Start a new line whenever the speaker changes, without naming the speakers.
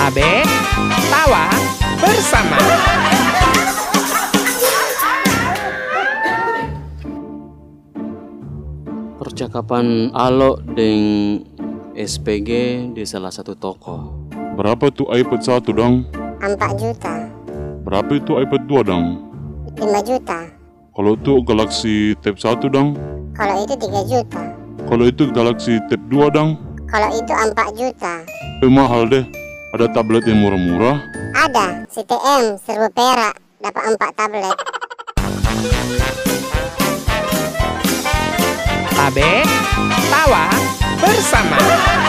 Abe tawa bersama.
Percakapan Alok dengan SPG di salah satu toko.
Berapa tuh iPad 1 dong?
4 juta,
Berapa itu iPad 2 dong?
5 juta.
Kalau tuh Galaxy Tab 1 dong?
Kalau itu 3 juta.
Kalau itu Galaxy Tab 2 dong?
Kalau itu 4 juta.
Eh mahal deh. Ada tablet yang murah-murah.
Ada CTM serbu perak dapat 4 tablet.
Abe tawa bersama.